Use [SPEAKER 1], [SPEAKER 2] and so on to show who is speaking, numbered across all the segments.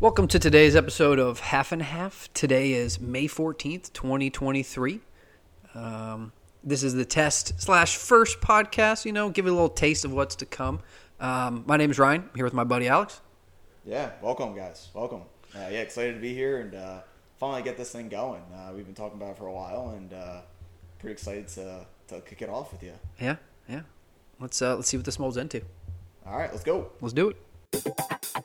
[SPEAKER 1] Welcome to today's episode of Half and Half. Today is May 14th, 2023. Um, this is the test slash first podcast, you know, give you a little taste of what's to come. Um, my name is Ryan. I'm here with my buddy Alex.
[SPEAKER 2] Yeah, welcome, guys. Welcome. Uh, yeah, excited to be here and uh, finally get this thing going. Uh, we've been talking about it for a while and uh, pretty excited to, to kick it off with you.
[SPEAKER 1] Yeah, yeah. Let's uh, let's see what this molds into.
[SPEAKER 2] All right, let's go.
[SPEAKER 1] Let's do it.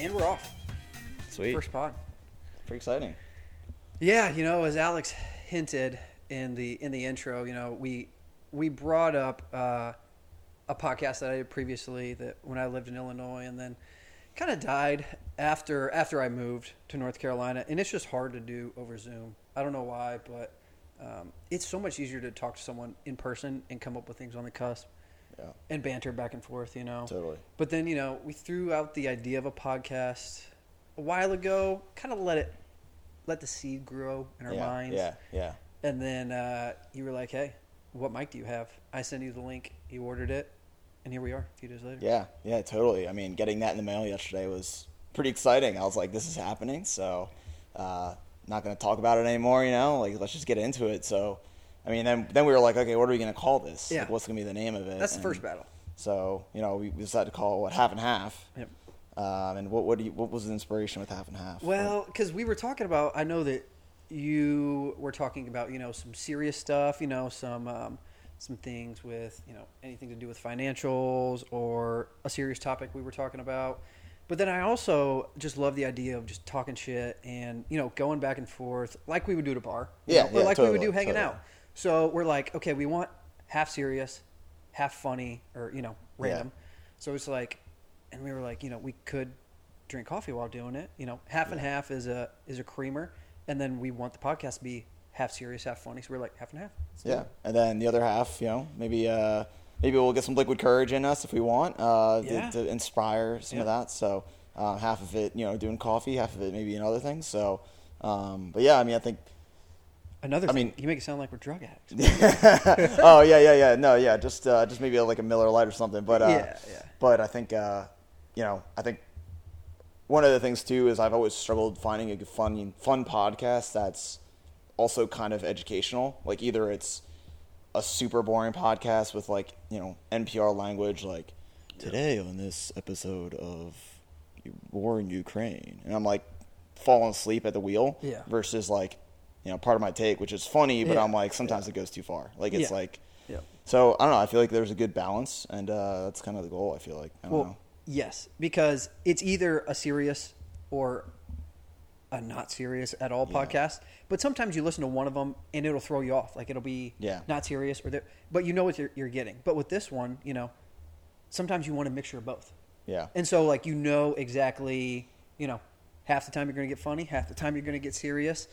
[SPEAKER 1] And we're off.
[SPEAKER 2] Sweet.
[SPEAKER 1] First pod.
[SPEAKER 2] Pretty exciting.
[SPEAKER 1] Yeah, you know, as Alex hinted in the in the intro, you know, we we brought up uh, a podcast that I did previously that when I lived in Illinois, and then kind of died after after I moved to North Carolina, and it's just hard to do over Zoom. I don't know why, but um, it's so much easier to talk to someone in person and come up with things on the cusp
[SPEAKER 2] Yeah,
[SPEAKER 1] and banter back and forth, you know.
[SPEAKER 2] totally.
[SPEAKER 1] But then, you know, we threw out the idea of a podcast a while ago, kind of let it let the seed grow in our
[SPEAKER 2] yeah,
[SPEAKER 1] minds.
[SPEAKER 2] Yeah, yeah.
[SPEAKER 1] And then uh, you were like, "Hey, what mic do you have?" I sent you the link. You ordered it, and here we are a few days later.
[SPEAKER 2] Yeah, yeah, totally. I mean, getting that in the mail yesterday was pretty exciting. I was like, this is happening, so uh, not going to talk about it anymore, you know? Like, let's just get into it. So, I mean, then, then we were like, okay, what are we going to call this?
[SPEAKER 1] Yeah.
[SPEAKER 2] Like, what's going to be the name of it?
[SPEAKER 1] That's the
[SPEAKER 2] And
[SPEAKER 1] first battle.
[SPEAKER 2] So, you know, we we decided to call it what, half and half.
[SPEAKER 1] Yep.
[SPEAKER 2] Um, and what what, do you, what was the inspiration with half and half?
[SPEAKER 1] Well, because we were talking about, I know that you were talking about, you know, some serious stuff, you know, some um, some things with, you know, anything to do with financials or a serious topic we were talking about. But then I also just love the idea of just talking shit and you know going back and forth like we would do at a bar, you
[SPEAKER 2] Yeah,
[SPEAKER 1] know, or
[SPEAKER 2] yeah,
[SPEAKER 1] like we would
[SPEAKER 2] totally,
[SPEAKER 1] do hanging
[SPEAKER 2] totally.
[SPEAKER 1] out. So we're like, okay, we want half serious, half funny, or you know, random. So it's like, and we were like, you know, we could drink coffee while doing it. You know, half and half is a is a creamer, and then we want the podcast to be half serious, half funny. So we're like half and half.
[SPEAKER 2] yeah. And then the other half, you know, maybe uh, maybe we'll get some liquid courage in us if we want uh, to-
[SPEAKER 1] Yeah.
[SPEAKER 2] to, inspire some of
[SPEAKER 1] Yeah.
[SPEAKER 2] that. So uh, half of it, you know, doing coffee, half of it maybe in other things. So, um, but yeah, I mean, I think
[SPEAKER 1] Another
[SPEAKER 2] I
[SPEAKER 1] thing,
[SPEAKER 2] mean-
[SPEAKER 1] you make it sound like we're drug addicts.
[SPEAKER 2] oh yeah, yeah, yeah. No, yeah, just uh, just maybe like a Miller Light or something. But uh,
[SPEAKER 1] Yeah, yeah.
[SPEAKER 2] But I think uh, you know, I think one of the things too is I've always struggled finding a fun fun podcast that's also kind of educational. Like either it's a super boring podcast with like you know NPR language, like today on this episode of war in Ukraine, and I'm like falling asleep at the wheel.
[SPEAKER 1] Yeah.
[SPEAKER 2] Versus like. You know, part of my take, which is funny, but
[SPEAKER 1] Yeah.
[SPEAKER 2] I'm like, sometimes it goes too far. Like it's
[SPEAKER 1] Yeah.
[SPEAKER 2] like,
[SPEAKER 1] Yeah.
[SPEAKER 2] so I don't know. I feel like there's a good balance, and uh, that's kind of the goal. I feel like. I don't
[SPEAKER 1] Well,
[SPEAKER 2] know.
[SPEAKER 1] yes, because it's either a serious or a not serious at all podcast. But sometimes you listen to one of them and it'll throw you off. Like it'll be
[SPEAKER 2] Yeah.
[SPEAKER 1] not serious or that, but you know what you're, you're getting. But with this one, you know, sometimes you want a mixture of both.
[SPEAKER 2] Yeah.
[SPEAKER 1] And so, like, you know exactly, you know, half the time you're going to get funny, half the time you're going to get serious.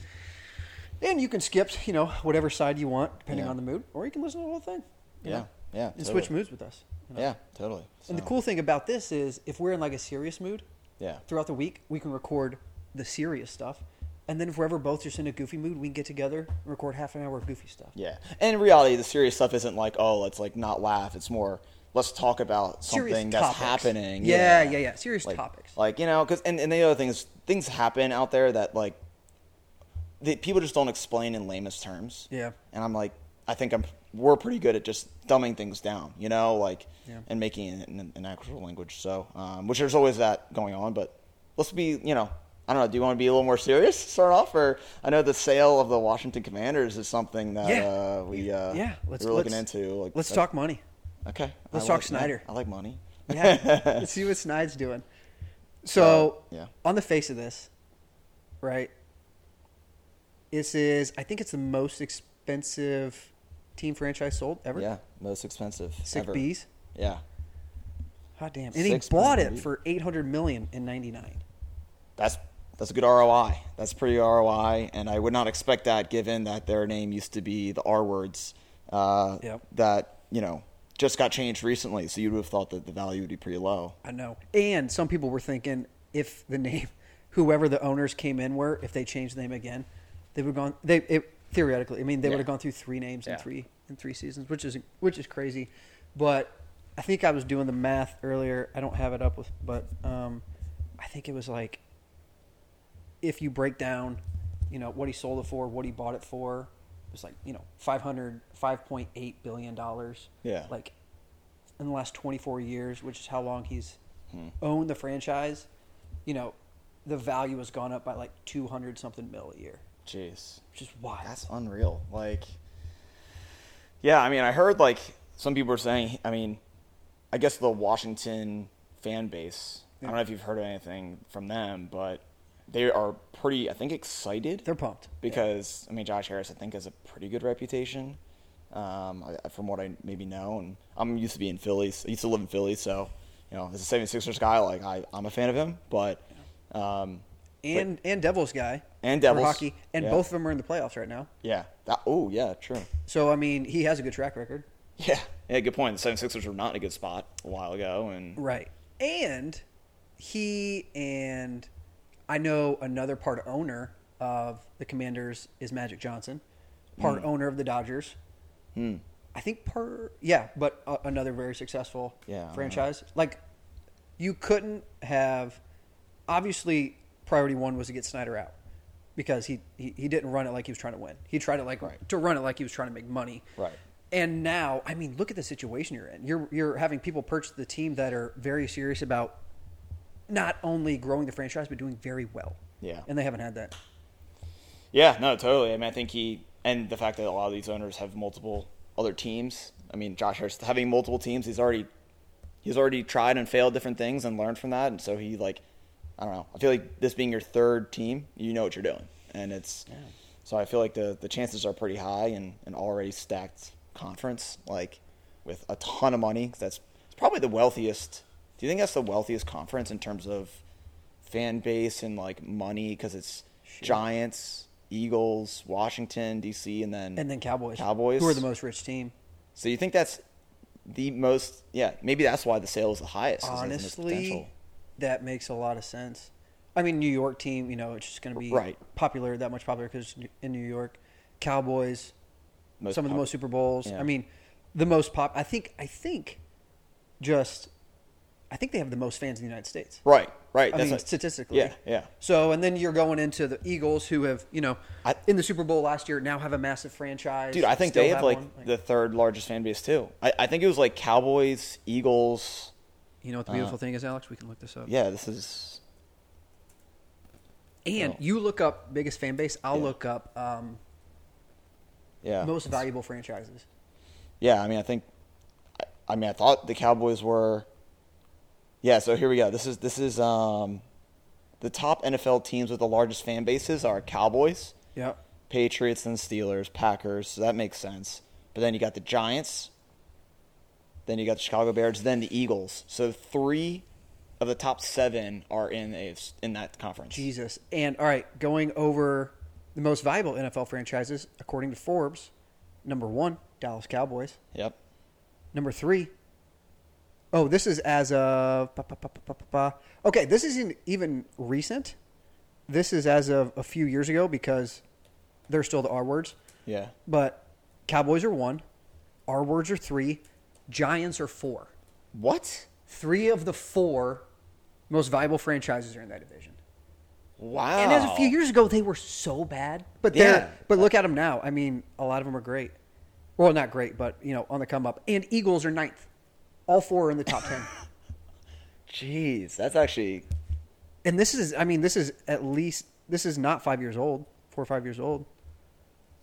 [SPEAKER 1] And you can skip, you know, whatever side you want, depending
[SPEAKER 2] Yeah.
[SPEAKER 1] on the mood, or you can listen to the whole thing. you
[SPEAKER 2] Yeah.
[SPEAKER 1] know,
[SPEAKER 2] Yeah.
[SPEAKER 1] And switch
[SPEAKER 2] totally.
[SPEAKER 1] moods with us. you know?
[SPEAKER 2] Yeah. Totally.
[SPEAKER 1] And the
[SPEAKER 2] So,
[SPEAKER 1] cool thing about this is if we're in like a serious mood
[SPEAKER 2] Yeah.
[SPEAKER 1] throughout the week, we can record the serious stuff. And then if we're ever both just in a goofy mood, we can get together and record half an hour of goofy stuff.
[SPEAKER 2] Yeah. And in reality, the serious stuff isn't like, oh, let's like not laugh. It's more, let's talk about
[SPEAKER 1] Serious
[SPEAKER 2] something that's
[SPEAKER 1] topics.
[SPEAKER 2] happening.
[SPEAKER 1] Yeah, yeah, yeah. Serious
[SPEAKER 2] like,
[SPEAKER 1] topics.
[SPEAKER 2] Like you know, because and, and the other thing is, things happen out there that like, that people just don't explain in lamest terms.
[SPEAKER 1] Yeah.
[SPEAKER 2] And I'm like, I think I'm we're pretty good at just dumbing things down, you know, like
[SPEAKER 1] Yeah.
[SPEAKER 2] and making it in, in actual language. So, um, which there's always that going on, but let's be, you know. I don't know. Do you want to be a little more serious to start off, or I know the sale of the Washington Commanders is something that
[SPEAKER 1] Yeah.
[SPEAKER 2] uh, we uh,
[SPEAKER 1] Yeah, let's-
[SPEAKER 2] we were looking
[SPEAKER 1] let's-
[SPEAKER 2] into. Like,
[SPEAKER 1] Let's
[SPEAKER 2] that-
[SPEAKER 1] talk money.
[SPEAKER 2] Okay,
[SPEAKER 1] let's
[SPEAKER 2] I
[SPEAKER 1] talk
[SPEAKER 2] like-
[SPEAKER 1] Snyder.
[SPEAKER 2] I like money.
[SPEAKER 1] Yeah. Let's see what Snide's doing. So,
[SPEAKER 2] Uh, yeah.
[SPEAKER 1] on the face of this, right? This is, I think it's the most expensive team franchise sold ever.
[SPEAKER 2] Yeah, most expensive.
[SPEAKER 1] Sick
[SPEAKER 2] ever.
[SPEAKER 1] bees.
[SPEAKER 2] Yeah,
[SPEAKER 1] God damn. And he
[SPEAKER 2] Six
[SPEAKER 1] bought
[SPEAKER 2] point
[SPEAKER 1] it
[SPEAKER 2] eight.
[SPEAKER 1] for 800 million in 99.
[SPEAKER 2] that's that's a good ROI. That's pretty ROI, and I would not expect that given that their name used to be the R words uh,
[SPEAKER 1] Yep.
[SPEAKER 2] that you know just got changed recently. So you would have thought that the value would be pretty low.
[SPEAKER 1] I know. And some people were thinking if the name, whoever the owners came in were, if they changed the name again, they would have gone. They it, theoretically, I mean, they
[SPEAKER 2] Yeah.
[SPEAKER 1] would have gone through three names
[SPEAKER 2] Yeah.
[SPEAKER 1] in three in three seasons, which is which is crazy. But I think I was doing the math earlier. I don't have it up with, but um, I think it was like if you break down, you know, what he sold it for, what he bought it for, it was like you know 500, 5.8 billion dollars.
[SPEAKER 2] Yeah.
[SPEAKER 1] like in the last 24 years, which is how long he's
[SPEAKER 2] Hmm.
[SPEAKER 1] owned the franchise, you know, the value has gone up by like 200 something mil a year,
[SPEAKER 2] Jeez.
[SPEAKER 1] which is wild.
[SPEAKER 2] That's unreal. Like, yeah, I mean, I heard like some people were saying. I mean, I guess the Washington fan base. I don't know if you've heard anything from them, but they are pretty. I think excited
[SPEAKER 1] They're pumped.
[SPEAKER 2] because I mean, Josh Harris I think has a pretty good reputation. Um, I- I, from what I maybe know, and I'm used to being Philly. I used to live in Philly, so you know, as a 76ers guy, like I, I'm a fan of him. But um,
[SPEAKER 1] And and Devils guy.
[SPEAKER 2] And
[SPEAKER 1] for
[SPEAKER 2] Devils,
[SPEAKER 1] hockey. And
[SPEAKER 2] yeah.
[SPEAKER 1] both of them are in the playoffs right now.
[SPEAKER 2] yeah, that. Oh yeah, true.
[SPEAKER 1] So, I mean, he has a good track record.
[SPEAKER 2] Yeah. Yeah, good point. The 76ers were not in a good spot a while ago. And
[SPEAKER 1] Right. And he and I know another part owner of the Commanders is Magic Johnson, part
[SPEAKER 2] Hmm.
[SPEAKER 1] owner of the Dodgers. I think part yeah, but uh, another very successful
[SPEAKER 2] Yeah, I know.
[SPEAKER 1] franchise. Like you couldn't have obviously priority one was to get Snyder out because he, he, he didn't run it like he was trying to win. He tried to like
[SPEAKER 2] Right.
[SPEAKER 1] to run it like he was trying to make money.
[SPEAKER 2] Right.
[SPEAKER 1] And now, I mean, look at the situation you're in. You're you're having people purchase the team that are very serious about not only growing the franchise but doing very well.
[SPEAKER 2] Yeah.
[SPEAKER 1] And they haven't had that.
[SPEAKER 2] yeah, no, totally. I mean, I think he, and the fact that a lot of these owners have multiple other teams. I mean, Josh Harris having multiple teams, he's already, he's already tried and failed different things and learned from that. And so he, like, I don't know. I feel like this being your third team, you know what you're doing. And it's, so I feel like the, the chances are pretty high in an already stacked conference, like with a ton of money. 'cause that's it's probably the wealthiest. Do you think that's the wealthiest conference in terms of fan base and like money because it's Giants, Eagles, Washington D.C., and then
[SPEAKER 1] And then Cowboys.
[SPEAKER 2] Cowboys.
[SPEAKER 1] Who are the most rich team.
[SPEAKER 2] So you think that's the most? Yeah, maybe that's why the sale is the highest. 'cause there's the most
[SPEAKER 1] Honestly,
[SPEAKER 2] potential.
[SPEAKER 1] that makes a lot of sense. I mean, New York team, you know, it's just going to be
[SPEAKER 2] Right.
[SPEAKER 1] popular, that much popular because in New York, Cowboys,
[SPEAKER 2] Most
[SPEAKER 1] some of the
[SPEAKER 2] pop-
[SPEAKER 1] most Super Bowls.
[SPEAKER 2] Yeah.
[SPEAKER 1] I mean, the most pop. I think. I think. Just, I think they have the most fans in the United States.
[SPEAKER 2] right, right.
[SPEAKER 1] I
[SPEAKER 2] that's
[SPEAKER 1] mean,
[SPEAKER 2] what-
[SPEAKER 1] statistically.
[SPEAKER 2] Yeah, yeah.
[SPEAKER 1] So, and then you're going into the Eagles, who have you know,
[SPEAKER 2] I-
[SPEAKER 1] in the Super Bowl last year, now have a massive franchise.
[SPEAKER 2] Dude, I think
[SPEAKER 1] still
[SPEAKER 2] they have, like,
[SPEAKER 1] one.
[SPEAKER 2] the third largest fan base too. I, I think it was like Cowboys, Eagles.
[SPEAKER 1] you know what the beautiful thing is, Alex? We can look this up.
[SPEAKER 2] uh, Yeah, this is
[SPEAKER 1] And
[SPEAKER 2] Oh.
[SPEAKER 1] you look up biggest fan base. I'll
[SPEAKER 2] Yeah. Oh,
[SPEAKER 1] look up um,
[SPEAKER 2] yeah.
[SPEAKER 1] most valuable franchises.
[SPEAKER 2] Yeah, I mean, I think. I, I mean, I thought the Cowboys were. Yeah, so here we go. This is this is um, the top NFL teams with the largest fan bases are Cowboys,
[SPEAKER 1] Yeah.
[SPEAKER 2] Patriots, and Steelers, Packers. So that makes sense. But then you got the Giants. Then you got the Chicago Bears. Then the Eagles. So three of the top seven are in a, in that conference.
[SPEAKER 1] Jesus. And all right, going over the most valuable NFL franchises according to Forbes, number one, Dallas Cowboys.
[SPEAKER 2] Yep.
[SPEAKER 1] Number three. Oh, this is as of. pa, pa, pa, pa, pa, pa, pa. Okay, this isn't even recent. This is as of a few years ago because they're still the R words.
[SPEAKER 2] Yeah.
[SPEAKER 1] But Cowboys are one, R words are three, Giants are four.
[SPEAKER 2] What?
[SPEAKER 1] Three of the four most valuable franchises are in that division.
[SPEAKER 2] Wow.
[SPEAKER 1] And as a few years ago, they were so bad, Oh. but
[SPEAKER 2] Yeah.
[SPEAKER 1] they're but look at them now. I mean, a lot of them are great. Well, not great, but you know, on the come up. And Eagles are ninth. All four are in the top ten.
[SPEAKER 2] Jeez, that's actually
[SPEAKER 1] and this is, I mean, this is at least this is not five years old, four or five years old.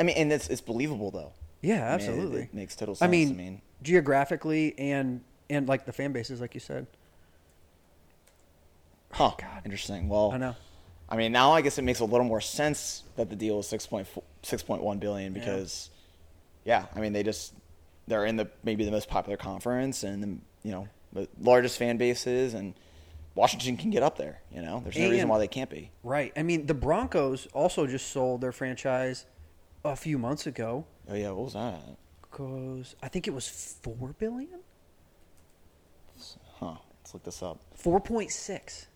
[SPEAKER 2] I mean, and it's it's believable though.
[SPEAKER 1] Yeah,
[SPEAKER 2] I mean, it-
[SPEAKER 1] absolutely.
[SPEAKER 2] it makes total
[SPEAKER 1] I
[SPEAKER 2] sense,
[SPEAKER 1] mean,
[SPEAKER 2] I mean-
[SPEAKER 1] geographically and and like the fan bases, like you said.
[SPEAKER 2] Huh.
[SPEAKER 1] Oh, God.
[SPEAKER 2] Interesting. Well,
[SPEAKER 1] I know.
[SPEAKER 2] I mean, now I guess it makes a little more sense that the deal is 6.4 6.1 billion because, yeah. I mean, they just they're in the maybe the most popular conference and the, you know the largest fan bases and Washington can get up there. You know, there's no reason
[SPEAKER 1] And-
[SPEAKER 2] why they can't be.
[SPEAKER 1] Right. I mean, the Broncos also just sold their franchise a few months ago.
[SPEAKER 2] Oh yeah, what was that?
[SPEAKER 1] goes. I think it was four billion.
[SPEAKER 2] Huh. Let's look this up.
[SPEAKER 1] 4.6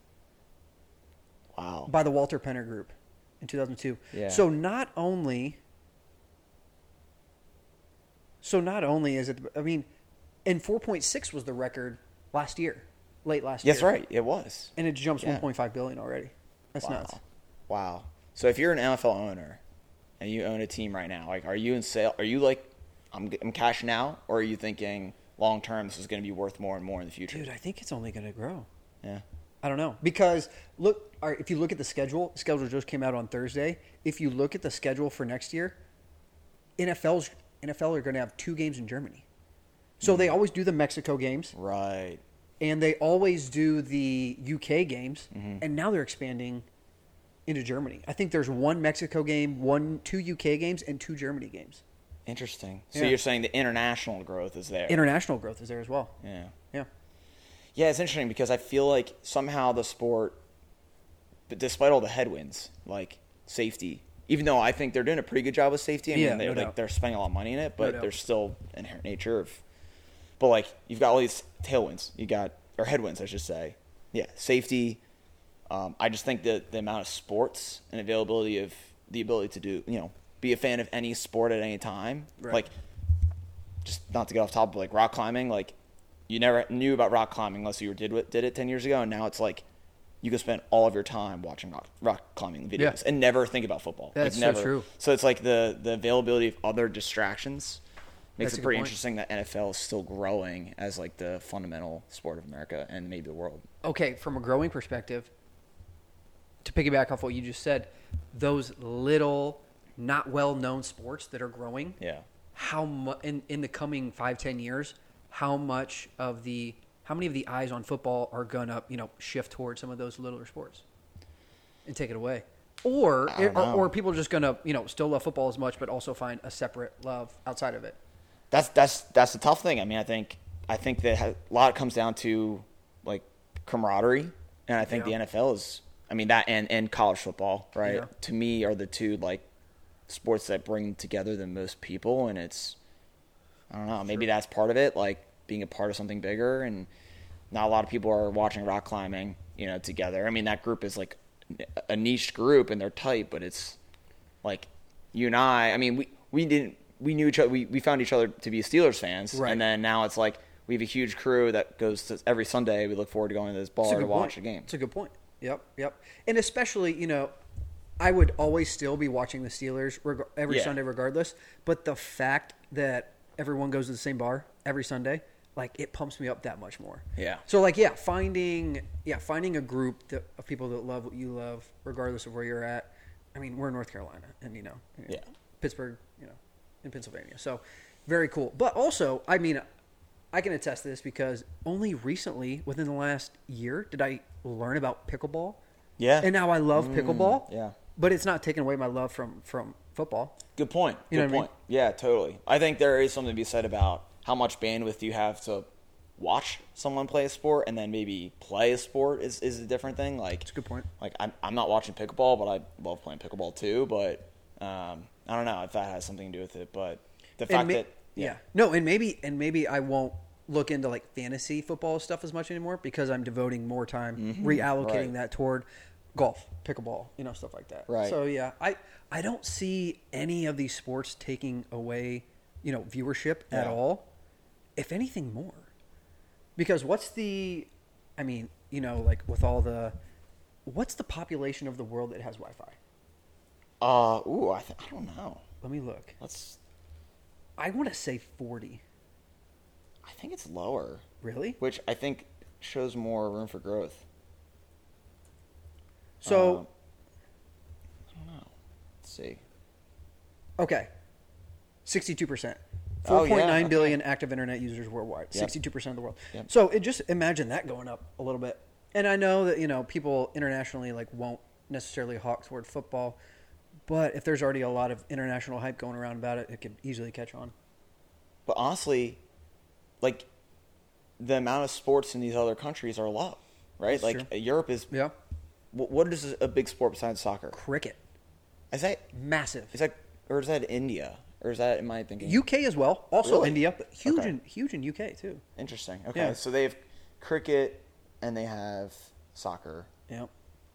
[SPEAKER 2] Wow.
[SPEAKER 1] by the Walter Penner Group in 2002.
[SPEAKER 2] Yeah.
[SPEAKER 1] So not only So not only is it I mean and 4.6 was the record last year, late last
[SPEAKER 2] Yes,
[SPEAKER 1] year.
[SPEAKER 2] right. It was.
[SPEAKER 1] And it jumps
[SPEAKER 2] Yeah.
[SPEAKER 1] 1.5 billion already. That's
[SPEAKER 2] wow.
[SPEAKER 1] nuts.
[SPEAKER 2] Wow. So if you're an NFL owner and you own a team right now, like, are you in sale? Are you like, I'm, I'm cashing out, or are you thinking long term this is going to be worth more and more in the future?
[SPEAKER 1] Dude, I think it's only going to grow.
[SPEAKER 2] Yeah.
[SPEAKER 1] I don't know because look, all right, if you look at the schedule, schedule just came out on Thursday. If you look at the schedule for next year, NFL's NFL are going to have two games in Germany, so
[SPEAKER 2] Mm.
[SPEAKER 1] they always do the Mexico games
[SPEAKER 2] Right.
[SPEAKER 1] and they always do the UK games,
[SPEAKER 2] Mm-hmm.
[SPEAKER 1] and now they're expanding into Germany. I think there's one Mexico game, one two UK games, and two Germany games.
[SPEAKER 2] Interesting. So
[SPEAKER 1] Yeah.
[SPEAKER 2] you're saying the international growth is there?
[SPEAKER 1] International growth is there as well.
[SPEAKER 2] yeah.
[SPEAKER 1] Yeah,
[SPEAKER 2] Yeah, it's interesting because I feel like somehow the sport, but despite all the headwinds, like safety, even though I think they're doing a pretty good job with safety, I mean,
[SPEAKER 1] Yeah,
[SPEAKER 2] they're,
[SPEAKER 1] no
[SPEAKER 2] like,
[SPEAKER 1] doubt.
[SPEAKER 2] they're spending a lot of money in it, but
[SPEAKER 1] doubt.
[SPEAKER 2] there's still inherent nature of. But like, you've got all these tailwinds, you got or headwinds, I should say. Yeah, safety. Um, I just think that the amount of sports and availability of the ability to do, you know, be a fan of any sport at any time,
[SPEAKER 1] Right.
[SPEAKER 2] like just not to get off topic, but like rock climbing, like you never knew about rock climbing unless you did what- did it ten years ago, and now it's like you can spend all of your time watching rock, rock climbing videos
[SPEAKER 1] Yeah.
[SPEAKER 2] and never think about football.
[SPEAKER 1] That's
[SPEAKER 2] like,
[SPEAKER 1] so
[SPEAKER 2] never.
[SPEAKER 1] true.
[SPEAKER 2] So it's like the the availability of other distractions makes
[SPEAKER 1] That's a
[SPEAKER 2] it
[SPEAKER 1] good
[SPEAKER 2] pretty
[SPEAKER 1] point.
[SPEAKER 2] interesting that NFL is still growing as like the fundamental sport of America and maybe the world.
[SPEAKER 1] okay, from a growing perspective, to piggyback off what you just said, those little, not well known sports that are growing,
[SPEAKER 2] Yeah,
[SPEAKER 1] how mu- in, in the coming five, 10 years, how much of the, how many of the eyes on football are going to, you know, shift towards some of those littler sports and take it away? Or,
[SPEAKER 2] I don't
[SPEAKER 1] or,
[SPEAKER 2] know.
[SPEAKER 1] or people are just going to, you know, still love football as much, but also find a separate love outside of it.
[SPEAKER 2] that's that's that's the tough thing. I mean, I think I think that ha- a lot comes down to like camaraderie, and I think
[SPEAKER 1] Yeah.
[SPEAKER 2] the NFL is. I mean that and and college football, right?
[SPEAKER 1] Yeah.
[SPEAKER 2] To me, are the two like sports that bring together the most people, and it's I don't know. Maybe that's part of it, like being a part of something bigger, and not a lot of people are watching rock climbing, you know, together. I mean, that group is like a niche group, and they're tight, but it's like you and I. I mean, we we didn't we knew each other. We we found each other to be Steelers fans,
[SPEAKER 1] Right.
[SPEAKER 2] and then now it's like we have a huge crew that goes to every Sunday. We look forward to going to this bar to watch
[SPEAKER 1] point.
[SPEAKER 2] a game.
[SPEAKER 1] It's a good point. Yep, yep. And especially, you know, I would always still be watching the Steelers reg- every
[SPEAKER 2] Yeah.
[SPEAKER 1] Sunday, regardless. But the fact that everyone goes to the same bar every Sunday, like, it pumps me up that much more.
[SPEAKER 2] Yeah.
[SPEAKER 1] So, like, yeah, finding yeah finding a group that, of people that love what you love, regardless of where you're at. I mean, we're in North Carolina, and you know,
[SPEAKER 2] Yeah.
[SPEAKER 1] Pittsburgh, you know, in Pennsylvania. So, very cool. But also, I mean, I can attest to this because only recently, within the last year, did I learn about pickleball.
[SPEAKER 2] Yeah. Mm,
[SPEAKER 1] And now I love pickleball.
[SPEAKER 2] yeah.
[SPEAKER 1] But it's not taking away my love from from football.
[SPEAKER 2] Good point.
[SPEAKER 1] You know what
[SPEAKER 2] Good
[SPEAKER 1] I mean?
[SPEAKER 2] point. Yeah, totally. I think there is something to be said about how much bandwidth you have to watch someone play a sport and then maybe play a sport is, is a different thing. Like, it's
[SPEAKER 1] a good point.
[SPEAKER 2] Like, I'm, I'm not watching pickleball, but I love playing pickleball too. But um, I don't know if that has something to do with it. But the fact
[SPEAKER 1] and ma-
[SPEAKER 2] that
[SPEAKER 1] yeah. no, and maybe and maybe I won't look into like fantasy football stuff as much anymore because I'm devoting more time reallocating
[SPEAKER 2] Mm-hmm. right.
[SPEAKER 1] that toward golf, pickleball, you know, stuff like that.
[SPEAKER 2] Right.
[SPEAKER 1] So yeah, I I don't see any of these sports taking away you know viewership at
[SPEAKER 2] Yeah.
[SPEAKER 1] all. If anything, more because what's the I mean you know like with all the what's the population of the world that has Wi-Fi?
[SPEAKER 2] uh, ooh, I, th- I don't know.
[SPEAKER 1] Let me look.
[SPEAKER 2] Let's.
[SPEAKER 1] I want to say forty.
[SPEAKER 2] I think it's lower,
[SPEAKER 1] Really?
[SPEAKER 2] which I think shows more room for growth.
[SPEAKER 1] So.
[SPEAKER 2] Um, I don't know. Let's see.
[SPEAKER 1] Okay. 62%. percent
[SPEAKER 2] Oh,
[SPEAKER 1] Four
[SPEAKER 2] yeah,
[SPEAKER 1] point nine billion
[SPEAKER 2] okay.
[SPEAKER 1] active internet users worldwide.
[SPEAKER 2] Yep.
[SPEAKER 1] 62% of the world.
[SPEAKER 2] Yep.
[SPEAKER 1] So it just imagine that going up a little bit. And I know that, you know, people internationally like won't necessarily hawk toward football, but if there's already a lot of international hype going around about it, it could easily catch on.
[SPEAKER 2] But honestly, like the amount of sports in these other countries are low, right?
[SPEAKER 1] That's
[SPEAKER 2] like
[SPEAKER 1] true.
[SPEAKER 2] Europe is.
[SPEAKER 1] Yeah.
[SPEAKER 2] wh- What is a big sport besides soccer?
[SPEAKER 1] Cricket.
[SPEAKER 2] Is that
[SPEAKER 1] Massive.
[SPEAKER 2] is that or is that India? or is that in my thinking?
[SPEAKER 1] UK as well, also
[SPEAKER 2] Really?
[SPEAKER 1] India, but huge
[SPEAKER 2] Okay.
[SPEAKER 1] in huge in UK too.
[SPEAKER 2] Interesting. Okay,
[SPEAKER 1] Yeah.
[SPEAKER 2] so they have cricket and they have soccer.
[SPEAKER 1] Yeah,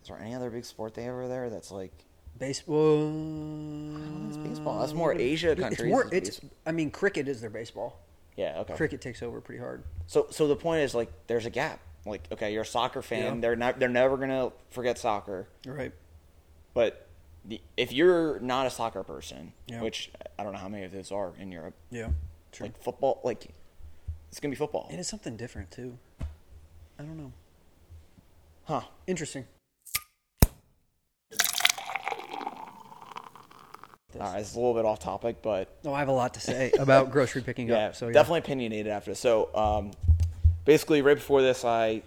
[SPEAKER 2] Is there any other big sport they have over there that's like?
[SPEAKER 1] baseball.
[SPEAKER 2] think it's baseball. That's more Asia
[SPEAKER 1] Uh, It's
[SPEAKER 2] countries
[SPEAKER 1] more.
[SPEAKER 2] is
[SPEAKER 1] It's.
[SPEAKER 2] baseball.
[SPEAKER 1] I mean, cricket is their baseball.
[SPEAKER 2] Yeah. Okay.
[SPEAKER 1] Cricket takes over pretty hard.
[SPEAKER 2] So, so the point is like, there's a gap. Like, okay, you're a soccer fan.
[SPEAKER 1] Yeah.
[SPEAKER 2] They're not. They're never gonna forget soccer.
[SPEAKER 1] Right.
[SPEAKER 2] But the, if you're not a soccer person,
[SPEAKER 1] Yeah.
[SPEAKER 2] which I don't know how many of those are in Europe,
[SPEAKER 1] Yeah. True.
[SPEAKER 2] like football, like it's gonna be football,
[SPEAKER 1] and it's something different too. I don't know.
[SPEAKER 2] huh?
[SPEAKER 1] Interesting.
[SPEAKER 2] Uh, it's a little bit off topic, but
[SPEAKER 1] No, I have a lot to say about grocery picking
[SPEAKER 2] yeah,
[SPEAKER 1] up. So yeah.
[SPEAKER 2] definitely opinionated after this. So, um, basically, right before this, I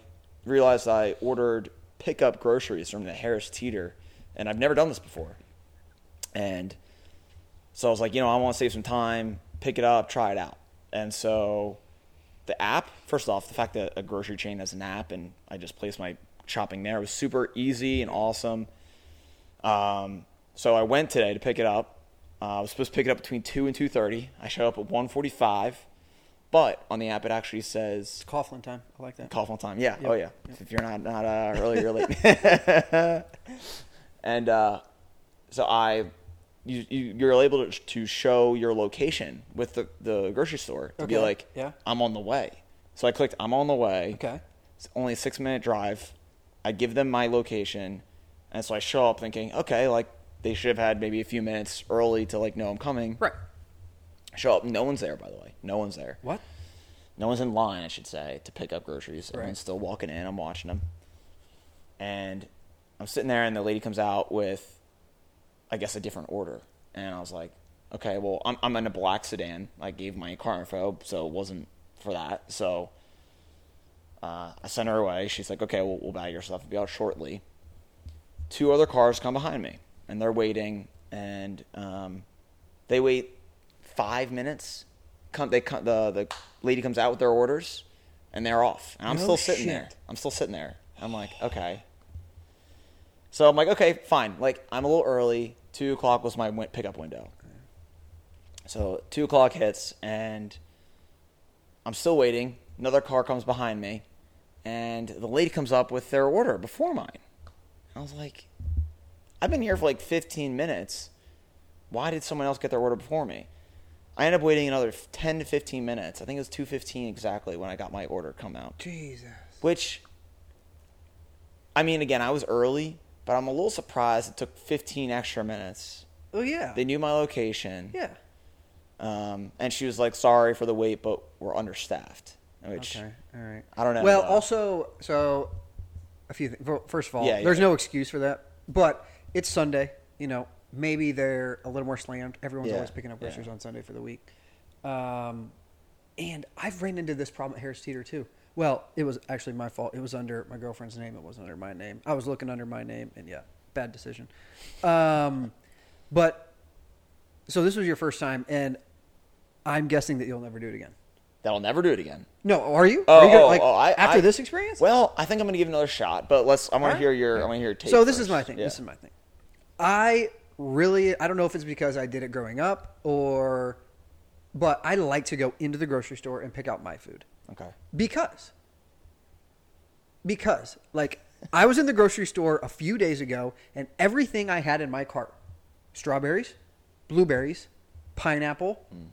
[SPEAKER 2] realized I ordered pickup groceries from the Harris Teeter, and I've never done this before. And so I was like, you know, I want to save some time, pick it up, try it out. And so the app, first off, the fact that a grocery chain has an app and I just placed my shopping there was super easy and awesome. Um, so I went today to pick it up. Uh, I was supposed to pick it up between two and two thirty. I showed up at one forty-five, but on the app it actually says
[SPEAKER 1] Coughlin time. I like that.
[SPEAKER 2] Call phone time. Yeah. Oh yeah.
[SPEAKER 1] Yep.
[SPEAKER 2] If you're not not uh, early, you're late. and uh, so I, you, you you're able to, to show your location with the the grocery store to be
[SPEAKER 1] Okay.
[SPEAKER 2] like,
[SPEAKER 1] Yeah.
[SPEAKER 2] I'm on the way. So I clicked, I'm on the way.
[SPEAKER 1] Okay.
[SPEAKER 2] It's only a six minute drive. I give them my location, and so I show up thinking, okay, like they should have had maybe a few minutes early to like know I'm coming.
[SPEAKER 1] Right.
[SPEAKER 2] Show up. No one's there, by the way. No one's there
[SPEAKER 1] What?
[SPEAKER 2] no one's in line, I should say, to pick up groceries.
[SPEAKER 1] Right.
[SPEAKER 2] Everyone's still walking in. I'm watching them, and I'm sitting there, and the lady comes out with, I guess, a different order, and I was like, okay, well, I'm I'm in a black sedan. I gave my car info, so it wasn't for that. So uh, I sent her away. She's like, okay, we'll, we'll bag your stuff. We'll be out shortly. Two other cars come behind me, and they're waiting, and um, they wait five minutes. Come, they come, the the lady comes out with their orders, and they're off. And I'm
[SPEAKER 1] No
[SPEAKER 2] still sitting there.
[SPEAKER 1] shit.
[SPEAKER 2] I'm still sitting there. I'm like, okay. So I'm like, okay, fine. Like I'm a little early. Two o'clock was my win- pickup window. So two o'clock hits, and I'm still waiting. Another car comes behind me, and the lady comes up with their order before mine. I was like, I've been here for like 15 minutes. Why did someone else get their order before me? I ended up waiting another f- 10 to 15 minutes. I think it was 2:15 exactly when I got my order come out.
[SPEAKER 1] Jesus.
[SPEAKER 2] Which, I mean, again, I was early, but I'm a little surprised it took 15 extra minutes.
[SPEAKER 1] Oh yeah.
[SPEAKER 2] They knew my location.
[SPEAKER 1] yeah.
[SPEAKER 2] Um, and she was like, "Sorry for the wait, but we're understaffed." Which
[SPEAKER 1] Okay. All right.
[SPEAKER 2] I don't know.
[SPEAKER 1] Well,
[SPEAKER 2] though.
[SPEAKER 1] also, so a few things. First of all,
[SPEAKER 2] Yeah, yeah.
[SPEAKER 1] there's no excuse for that, but it's Sunday. You know, maybe they're a little more slammed. Everyone's
[SPEAKER 2] Yeah,
[SPEAKER 1] always picking up
[SPEAKER 2] yeah.
[SPEAKER 1] groceries on Sunday for the week. Um, and I've ran into this problem at Harris Teeter too. Well, it was actually my fault. It was under my girlfriend's name. It wasn't under my name. I was looking under my name, and yeah, bad decision. Um, but so this was your first time, and I'm guessing that you'll never do it again.
[SPEAKER 2] that'll never do it again.
[SPEAKER 1] No, are you?
[SPEAKER 2] Oh,
[SPEAKER 1] are you gonna,
[SPEAKER 2] oh,
[SPEAKER 1] like,
[SPEAKER 2] oh, I-
[SPEAKER 1] after
[SPEAKER 2] I-
[SPEAKER 1] this experience?
[SPEAKER 2] Well, I think I'm going to give it another shot, but let's. I want to
[SPEAKER 1] Alright.
[SPEAKER 2] hear your. I want to hear your take.
[SPEAKER 1] so this is
[SPEAKER 2] first.
[SPEAKER 1] my thing.
[SPEAKER 2] Yeah.
[SPEAKER 1] This is my thing. I really, I don't know if it's because I did it growing up or, but I like to go into the grocery store and pick out my food
[SPEAKER 2] okay.
[SPEAKER 1] because, because like I was in the grocery store a few days ago and everything I had in my cart, strawberries, blueberries, pineapple,
[SPEAKER 2] Mm.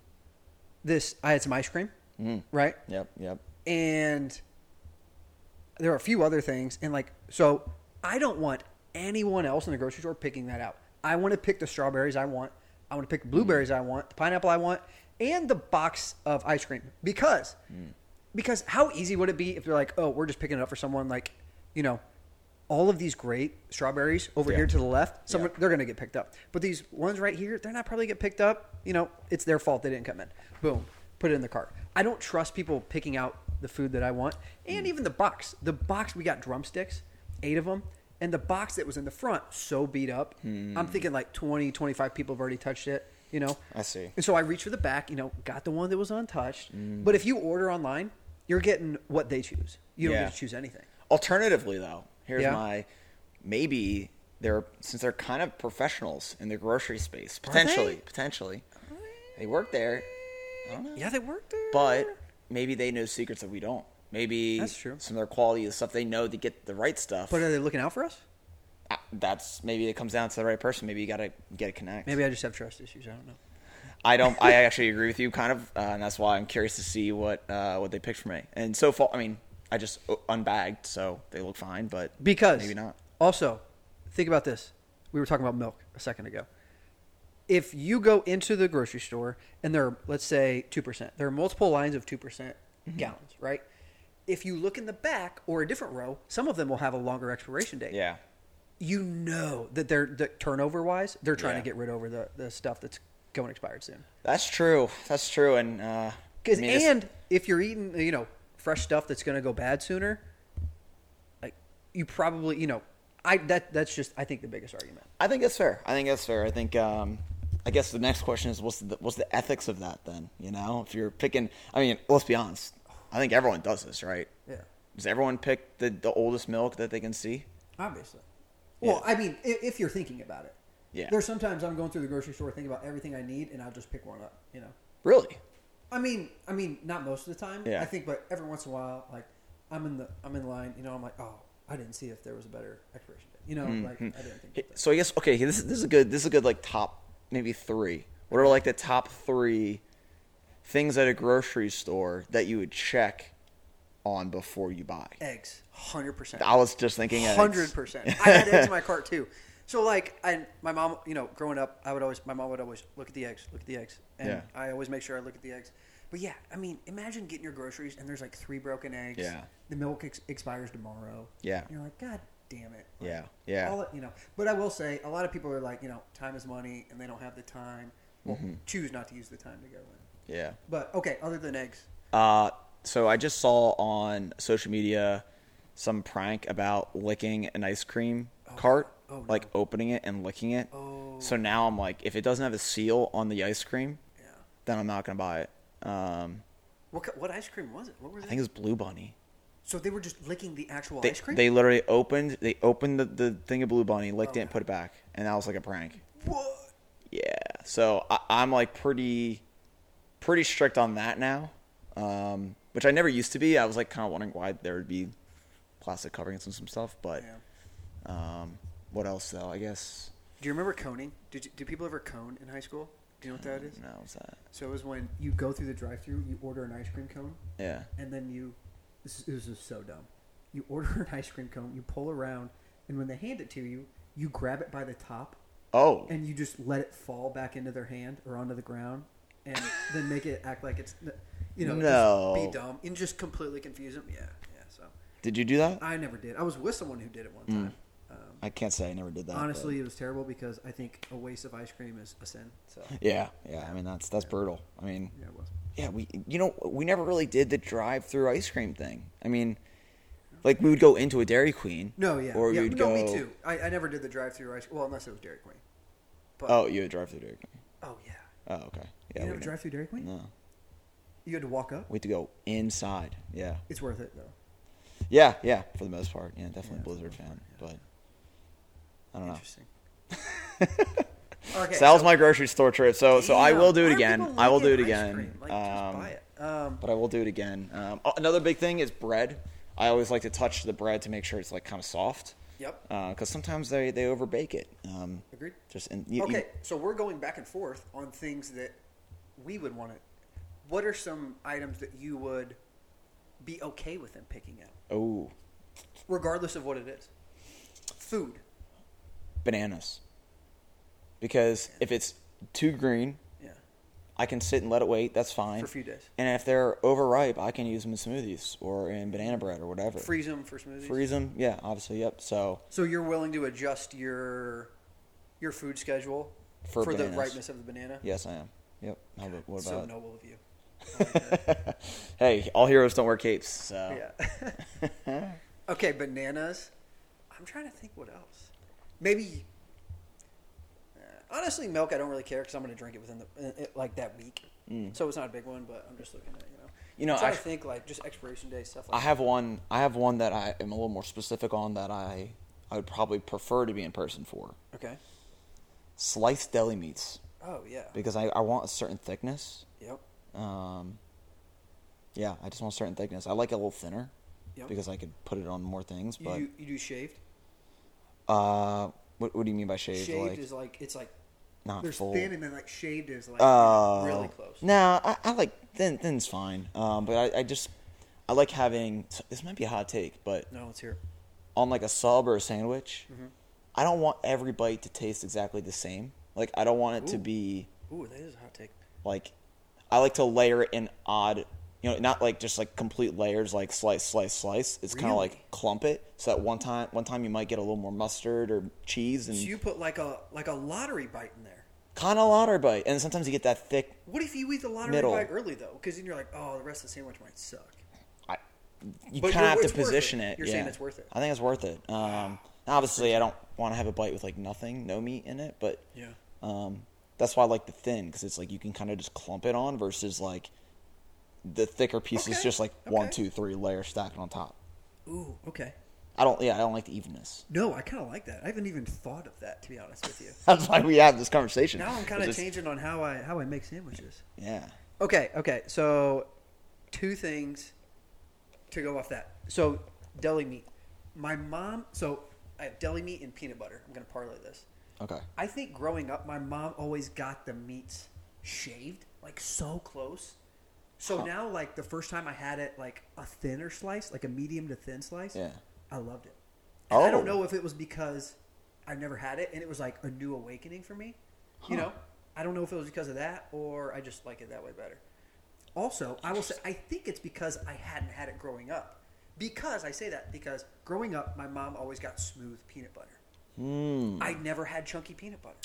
[SPEAKER 1] this, I had some ice cream, right?
[SPEAKER 2] Yep. Yep.
[SPEAKER 1] and there are a few other things and like so i don't want anyone else in the grocery store picking that out i want to pick the strawberries i want i want to pick blueberries i want the pineapple i want and the box of ice cream because because how easy would it be if they're like oh we're just picking it up for someone like you know all of these great strawberries over
[SPEAKER 2] Yeah.
[SPEAKER 1] here to the left someone
[SPEAKER 2] Yeah.
[SPEAKER 1] they're going to get picked up but these ones right here they're not probably get picked up you know it's their fault they didn't come in boom put it in the cart i don't trust people picking out the food that i want and
[SPEAKER 2] Mm.
[SPEAKER 1] even the box the box we got drumsticks eight of them and the box that was in the front so beat up i'm thinking like 20 25 people have already touched it you know
[SPEAKER 2] Mm. I see. Mm.
[SPEAKER 1] and so i reached for the back you know got the one that was untouched but if you order online you're getting what they choose you don't
[SPEAKER 2] Yeah.
[SPEAKER 1] get to choose anything
[SPEAKER 2] Alternatively, though, here's
[SPEAKER 1] Yeah.
[SPEAKER 2] my maybe they're since they're kind of professionals in the grocery space potentially, potentially, They work there. I don't know.
[SPEAKER 1] Yeah, they work there.
[SPEAKER 2] But maybe they know secrets that we don't. Maybe
[SPEAKER 1] That's true.
[SPEAKER 2] some of their quality is stuff they know to get the right stuff.
[SPEAKER 1] but are they looking out for us?
[SPEAKER 2] Uh, that's maybe it comes down to the right person. Maybe you gotta get a connect.
[SPEAKER 1] Maybe I just have trust issues. I don't know.
[SPEAKER 2] I don't. I actually agree with you, kind of, uh, and that's why I'm curious to see what uh, what they picked for me. And so far, I mean, I just uh, unbagged, so they look fine, but
[SPEAKER 1] Because
[SPEAKER 2] maybe not.
[SPEAKER 1] Also, think about this. We were talking about milk a second ago. If you go into the grocery store and there are, let's say, 2%, there are multiple lines of 2% percent
[SPEAKER 2] Mm-hmm.
[SPEAKER 1] gallons, right? If you look in the back or a different row, some of them will have a longer expiration date.
[SPEAKER 2] Yeah,
[SPEAKER 1] You know that they're, that turnover wise, they're trying
[SPEAKER 2] Yeah.
[SPEAKER 1] to get rid over the, the stuff that's going expired soon.
[SPEAKER 2] that's true. That's true. And uh, I
[SPEAKER 1] 'Cause-
[SPEAKER 2] mean, it's-
[SPEAKER 1] and if you're eating, you know, fresh stuff that's going to go bad sooner, like you probably, you know, I that that's just I think the biggest argument.
[SPEAKER 2] I think that's fair. I think that's fair. I think. Um, I guess the next question is what's the what's the ethics of that then? You know, if you're picking, I mean, let's be honest. I think everyone does this, right?
[SPEAKER 1] Yeah.
[SPEAKER 2] Does everyone pick the the oldest milk that they can see?
[SPEAKER 1] Obviously. Well, I mean, if, if you're thinking about it,
[SPEAKER 2] Yeah.
[SPEAKER 1] There's sometimes I'm going through the grocery store, thinking about everything I need, and I'll just pick one up. You know.
[SPEAKER 2] Really?
[SPEAKER 1] I mean, I mean, not most of the time.
[SPEAKER 2] Yeah.
[SPEAKER 1] I think, but every once in a while, like I'm in the I'm in line. You know, I'm like, oh, I didn't see if there was a better expiration date. You know,
[SPEAKER 2] Mm-hmm.
[SPEAKER 1] like I didn't think. Of that.
[SPEAKER 2] So I guess okay, this is, this is a good this is a good like top maybe three. What are like the top three things at a grocery store that you would check on before you buy?
[SPEAKER 1] Eggs, hundred percent.
[SPEAKER 2] I was just thinking eggs.
[SPEAKER 1] hundred percent. I had eggs in my cart too. So like, I my mom, you know, growing up, I would always my mom would always look at the eggs, look at the eggs, and
[SPEAKER 2] Yeah.
[SPEAKER 1] I always make sure I look at the eggs. But yeah, I mean, imagine getting your groceries and there's like three broken eggs.
[SPEAKER 2] Yeah.
[SPEAKER 1] The milk ex- expires tomorrow.
[SPEAKER 2] Yeah.
[SPEAKER 1] You're like, God damn it. Like,
[SPEAKER 2] Yeah, yeah.
[SPEAKER 1] All, you know, but I will say, a lot of people are like, you know, time is money, and they don't have the time. Well,
[SPEAKER 2] Mm-hmm.
[SPEAKER 1] choose not to use the time to go in.
[SPEAKER 2] Yeah.
[SPEAKER 1] But okay, other than eggs,
[SPEAKER 2] Uh, so I just saw on social media some prank about licking an ice cream cart,
[SPEAKER 1] oh, no.
[SPEAKER 2] like opening it and licking it.
[SPEAKER 1] Oh.
[SPEAKER 2] So now I'm like, if it doesn't have a seal on the ice cream,
[SPEAKER 1] yeah.
[SPEAKER 2] then I'm not gonna buy it. Um,
[SPEAKER 1] What co- what ice cream was it? What were
[SPEAKER 2] I
[SPEAKER 1] they?
[SPEAKER 2] think it's Blue Bunny.
[SPEAKER 1] so they were just licking the actual
[SPEAKER 2] They,
[SPEAKER 1] ice cream.
[SPEAKER 2] they literally opened they opened the, the thing of Blue Bunny, licked
[SPEAKER 1] Oh,
[SPEAKER 2] it, and
[SPEAKER 1] no.
[SPEAKER 2] put it back, and that was like a prank.
[SPEAKER 1] what?
[SPEAKER 2] Yeah. So I, I'm like pretty pretty strict on that now, um, which I never used to be. I was like kind of wondering why there would be plastic coverings and some stuff, but
[SPEAKER 1] Yeah.
[SPEAKER 2] um, what else though? I guess
[SPEAKER 1] Do you remember coning? Did, you, did people ever cone in high school? Do you know what that is?
[SPEAKER 2] Mm, no, was that
[SPEAKER 1] So it was when you go through the drive-through, you order an ice cream cone,
[SPEAKER 2] yeah.
[SPEAKER 1] and then you. This is, this is so dumb. You order an ice cream cone, you pull around, and when they hand it to you, you grab it by the top
[SPEAKER 2] Oh,
[SPEAKER 1] and you just let it fall back into their hand or onto the ground, and then make it act like it's, you know, just
[SPEAKER 2] No.
[SPEAKER 1] be dumb and just completely confuse them. Yeah, yeah. So
[SPEAKER 2] did you do that?
[SPEAKER 1] I never did. I was with someone who did it one
[SPEAKER 2] Mm.
[SPEAKER 1] time. Um,
[SPEAKER 2] I can't say I never did that. but-
[SPEAKER 1] honestly, it was terrible because I think a waste of ice cream is a sin. So
[SPEAKER 2] yeah, yeah. I mean that's that's brutal. I mean,
[SPEAKER 1] yeah, it was.
[SPEAKER 2] Yeah, we you know we never really did the drive-through ice cream thing. I mean, like we would go into a Dairy Queen.
[SPEAKER 1] No, yeah.
[SPEAKER 2] Or
[SPEAKER 1] yeah.
[SPEAKER 2] you'd
[SPEAKER 1] no,
[SPEAKER 2] go.
[SPEAKER 1] me too. I, I never did the drive through ice Well, unless it was Dairy Queen. But,
[SPEAKER 2] Oh, you would drive through Dairy Queen.
[SPEAKER 1] oh, yeah.
[SPEAKER 2] Oh,
[SPEAKER 1] you
[SPEAKER 2] okay. Yeah, we
[SPEAKER 1] never
[SPEAKER 2] didn't.
[SPEAKER 1] drive through Dairy Queen?
[SPEAKER 2] No,
[SPEAKER 1] You had to walk up?
[SPEAKER 2] we had to go inside. Yeah,
[SPEAKER 1] It's worth it, though.
[SPEAKER 2] yeah, yeah. For the most part, yeah, definitely
[SPEAKER 1] Yeah, for the
[SPEAKER 2] Blizzard
[SPEAKER 1] most
[SPEAKER 2] fan,
[SPEAKER 1] part, yeah.
[SPEAKER 2] but I don't know.
[SPEAKER 1] Interesting. okay.
[SPEAKER 2] so that was my grocery store trip. So so I
[SPEAKER 1] damn,
[SPEAKER 2] will do
[SPEAKER 1] why
[SPEAKER 2] it
[SPEAKER 1] do
[SPEAKER 2] again.
[SPEAKER 1] people
[SPEAKER 2] I will
[SPEAKER 1] like
[SPEAKER 2] do it
[SPEAKER 1] ice
[SPEAKER 2] again.
[SPEAKER 1] cream? Like, just
[SPEAKER 2] Um,
[SPEAKER 1] buy it. Um,
[SPEAKER 2] but I will do it again. Um, oh, another big thing is bread. I always like to touch the bread to make sure it's like kind of soft.
[SPEAKER 1] Yep.
[SPEAKER 2] Because Uh, sometimes they they overbake it. Um,
[SPEAKER 1] Agreed.
[SPEAKER 2] Just in, you,
[SPEAKER 1] okay,
[SPEAKER 2] you-
[SPEAKER 1] so we're going back and forth on things that we would want to. What are some items that you would be okay with them picking out,
[SPEAKER 2] oh,
[SPEAKER 1] regardless of what it is? Food.
[SPEAKER 2] bananas. Because if it's too green,
[SPEAKER 1] Yeah.
[SPEAKER 2] I can sit and let it wait. That's fine.
[SPEAKER 1] For a few days.
[SPEAKER 2] And if they're overripe, I can use them in smoothies or in banana bread or whatever.
[SPEAKER 1] Freeze them for smoothies.
[SPEAKER 2] Freeze them. Yeah, obviously. Yep. So
[SPEAKER 1] So you're willing to adjust your your food schedule
[SPEAKER 2] For
[SPEAKER 1] the
[SPEAKER 2] bananas.
[SPEAKER 1] ripeness of the banana.
[SPEAKER 2] yes, I am. Yep. How about, what
[SPEAKER 1] so
[SPEAKER 2] about?
[SPEAKER 1] noble of you. I like that.
[SPEAKER 2] hey, all heroes don't wear capes. So
[SPEAKER 1] yeah. okay, bananas. I'm trying to think what else. Maybe. Uh, honestly, milk. I don't really care because I'm going to drink it within the uh, uh, like that week. So it's not a big one, but I'm just looking at you know.
[SPEAKER 2] Mm. You know,
[SPEAKER 1] I'm trying
[SPEAKER 2] actu-
[SPEAKER 1] to think like just expiration day stuff.
[SPEAKER 2] I
[SPEAKER 1] like
[SPEAKER 2] have one. I have one that I am a little more specific on that I I would probably prefer to be in person for
[SPEAKER 1] that. Okay.
[SPEAKER 2] sliced deli meats.
[SPEAKER 1] Oh yeah.
[SPEAKER 2] because I, I want a certain thickness.
[SPEAKER 1] Yep.
[SPEAKER 2] Um, yeah, I just want a certain thickness. I like it a little thinner
[SPEAKER 1] Yep.
[SPEAKER 2] because I could put it on more things.
[SPEAKER 1] you,
[SPEAKER 2] But
[SPEAKER 1] you you do shaved.
[SPEAKER 2] uh, what what do you mean by shaved?
[SPEAKER 1] Shaved
[SPEAKER 2] like
[SPEAKER 1] is like it's like
[SPEAKER 2] not
[SPEAKER 3] There's
[SPEAKER 2] full.
[SPEAKER 3] thin and then like shaved is like.
[SPEAKER 2] Oh,
[SPEAKER 1] really close.
[SPEAKER 2] No, I, I like thin. Thin's fine. Um, but I, I just I like having. This might be a hot take, but
[SPEAKER 1] no, let's hear. it.
[SPEAKER 2] on like a sub or a sandwich,
[SPEAKER 1] Mm-hmm.
[SPEAKER 2] I don't want every bite to taste exactly the same. Like I don't want it to
[SPEAKER 1] Ooh.
[SPEAKER 2] be
[SPEAKER 1] Ooh, that is a hot take.
[SPEAKER 2] like I like to layer it in odd, you know, not like just like complete layers, like slice, slice, slice. It's kind of
[SPEAKER 1] Really?
[SPEAKER 2] like clump it. So that one time, one time you might get a little more mustard or cheese and
[SPEAKER 1] So you put like a like a lottery bite in there.
[SPEAKER 2] kind of lottery bite. And sometimes you get that thick.
[SPEAKER 1] What if you eat the lottery
[SPEAKER 2] Middle.
[SPEAKER 1] bite early though? Because then you're like, oh, the rest of the sandwich might suck.
[SPEAKER 2] I, you
[SPEAKER 1] But
[SPEAKER 2] kind
[SPEAKER 1] you're-
[SPEAKER 2] of have to
[SPEAKER 1] it's worth it.
[SPEAKER 2] position it.
[SPEAKER 1] You're
[SPEAKER 2] yeah.
[SPEAKER 1] saying it's worth it.
[SPEAKER 2] I think it's worth it. Um, obviously, I don't want to have a bite with like nothing, no meat in it, but
[SPEAKER 1] Yeah.
[SPEAKER 2] Um, that's why I like the thin because it's like you can kind of just clump it on versus like the thicker pieces
[SPEAKER 1] Okay,
[SPEAKER 2] just like one,
[SPEAKER 1] okay.
[SPEAKER 2] two, three layer stacked on top.
[SPEAKER 1] Ooh, okay.
[SPEAKER 2] I don't. Yeah, I don't like the evenness.
[SPEAKER 1] No, I kind of like that. I haven't even thought of that to be honest with you.
[SPEAKER 2] That's why we have this conversation.
[SPEAKER 1] Now I'm kind of
[SPEAKER 2] It's just-
[SPEAKER 1] changing on how I how I make sandwiches.
[SPEAKER 2] Yeah.
[SPEAKER 1] Okay, okay. So, two things to go off that. So, deli meat. My mom. So I have deli meat and peanut butter. I'm gonna parlay this.
[SPEAKER 2] Okay.
[SPEAKER 1] I think growing up, my mom always got the meats shaved, like so close. So now, like the first time I had it, like a thinner slice, like a medium to thin slice,
[SPEAKER 2] Yeah.
[SPEAKER 1] I loved it. And I don't
[SPEAKER 2] Oh.
[SPEAKER 1] know if it was because I never had it and it was like a new awakening for me. You
[SPEAKER 2] Huh.
[SPEAKER 1] know, I don't know if it was because of that or I just like it that way better. Also, I will say I think it's because I hadn't had it growing up. Because I say that because growing up, my mom always got smooth peanut butter.
[SPEAKER 2] Mm.
[SPEAKER 1] I never had chunky peanut butter.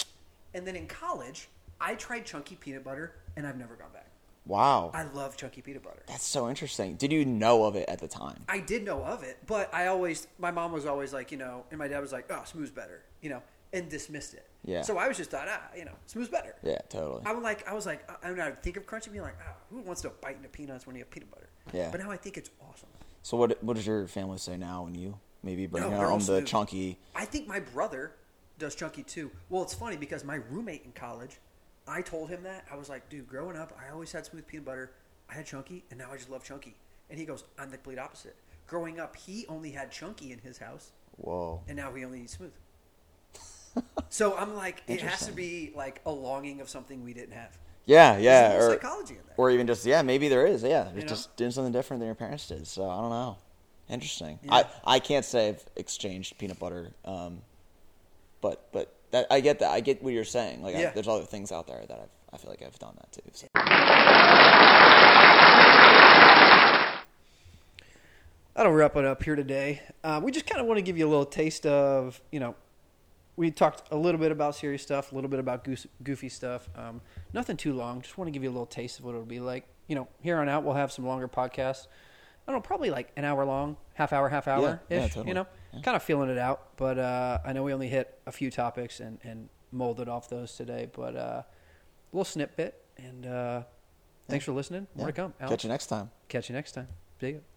[SPEAKER 1] And then in college, I tried chunky peanut butter and I've never gone back.
[SPEAKER 2] Wow.
[SPEAKER 1] I love chunky peanut butter.
[SPEAKER 2] That's so interesting. Did you know of it at the time?
[SPEAKER 1] I did know of it, but I always, my mom was always like, you know, and my dad was like, oh, smooth's better, you know, and dismissed it.
[SPEAKER 2] Yeah.
[SPEAKER 1] So I was just thought, ah, you know, smooth's better.
[SPEAKER 2] Yeah, totally.
[SPEAKER 1] I was like, I was like, I, I mean, I would think of crunchy being like, ah, who wants to bite into peanuts when you have peanut butter?
[SPEAKER 2] Yeah.
[SPEAKER 1] But now I think it's awesome.
[SPEAKER 2] So what? What does your family say now when you maybe bring
[SPEAKER 1] No,
[SPEAKER 2] out
[SPEAKER 1] they're all
[SPEAKER 2] on the
[SPEAKER 1] smooth.
[SPEAKER 2] chunky?
[SPEAKER 1] I think my brother does chunky too. Well, it's funny because my roommate in college, I told him that. I was like, dude, growing up, I always had smooth peanut butter. I had chunky, and now I just love chunky. And he goes, I'm the complete opposite. Growing up, he only had chunky in his house,
[SPEAKER 2] Whoa.
[SPEAKER 1] and now he only eats smooth. so I'm like, it has to
[SPEAKER 2] Interesting.
[SPEAKER 1] be like a longing of something we didn't have.
[SPEAKER 2] Yeah, yeah.
[SPEAKER 1] There's a little
[SPEAKER 2] Or,
[SPEAKER 1] psychology in there.
[SPEAKER 2] or even just yeah, maybe there is. Yeah,
[SPEAKER 1] know?
[SPEAKER 2] it's just doing something different than your parents did. So I don't know. Interesting.
[SPEAKER 1] Yeah.
[SPEAKER 2] I I can't say I've exchanged peanut butter, um, but but that I get that. I get what you're saying. Like I-
[SPEAKER 1] Yeah.
[SPEAKER 2] there's other things out there that I've I feel like I've done that too. So.
[SPEAKER 1] That'll wrap it up here today. Um, we just kind of want to give you a little taste of, you know, we talked a little bit about serious stuff, a little bit about goose, goofy stuff. Um, nothing too long. Just want to give you a little taste of what it'll be like. You know, here on out, we'll have some longer podcasts. I don't know, probably like an hour long, half hour, half hour ish.
[SPEAKER 2] Yeah, yeah, totally.
[SPEAKER 1] You know,
[SPEAKER 2] Yeah.
[SPEAKER 1] kind of feeling it out. But uh, I know we only hit a few topics and, and molded off those today. But uh, a little snippet. And uh, thanks for listening. More
[SPEAKER 2] yeah.
[SPEAKER 1] to come. Alex.
[SPEAKER 2] Catch you next time.
[SPEAKER 1] Catch you next time. See ya.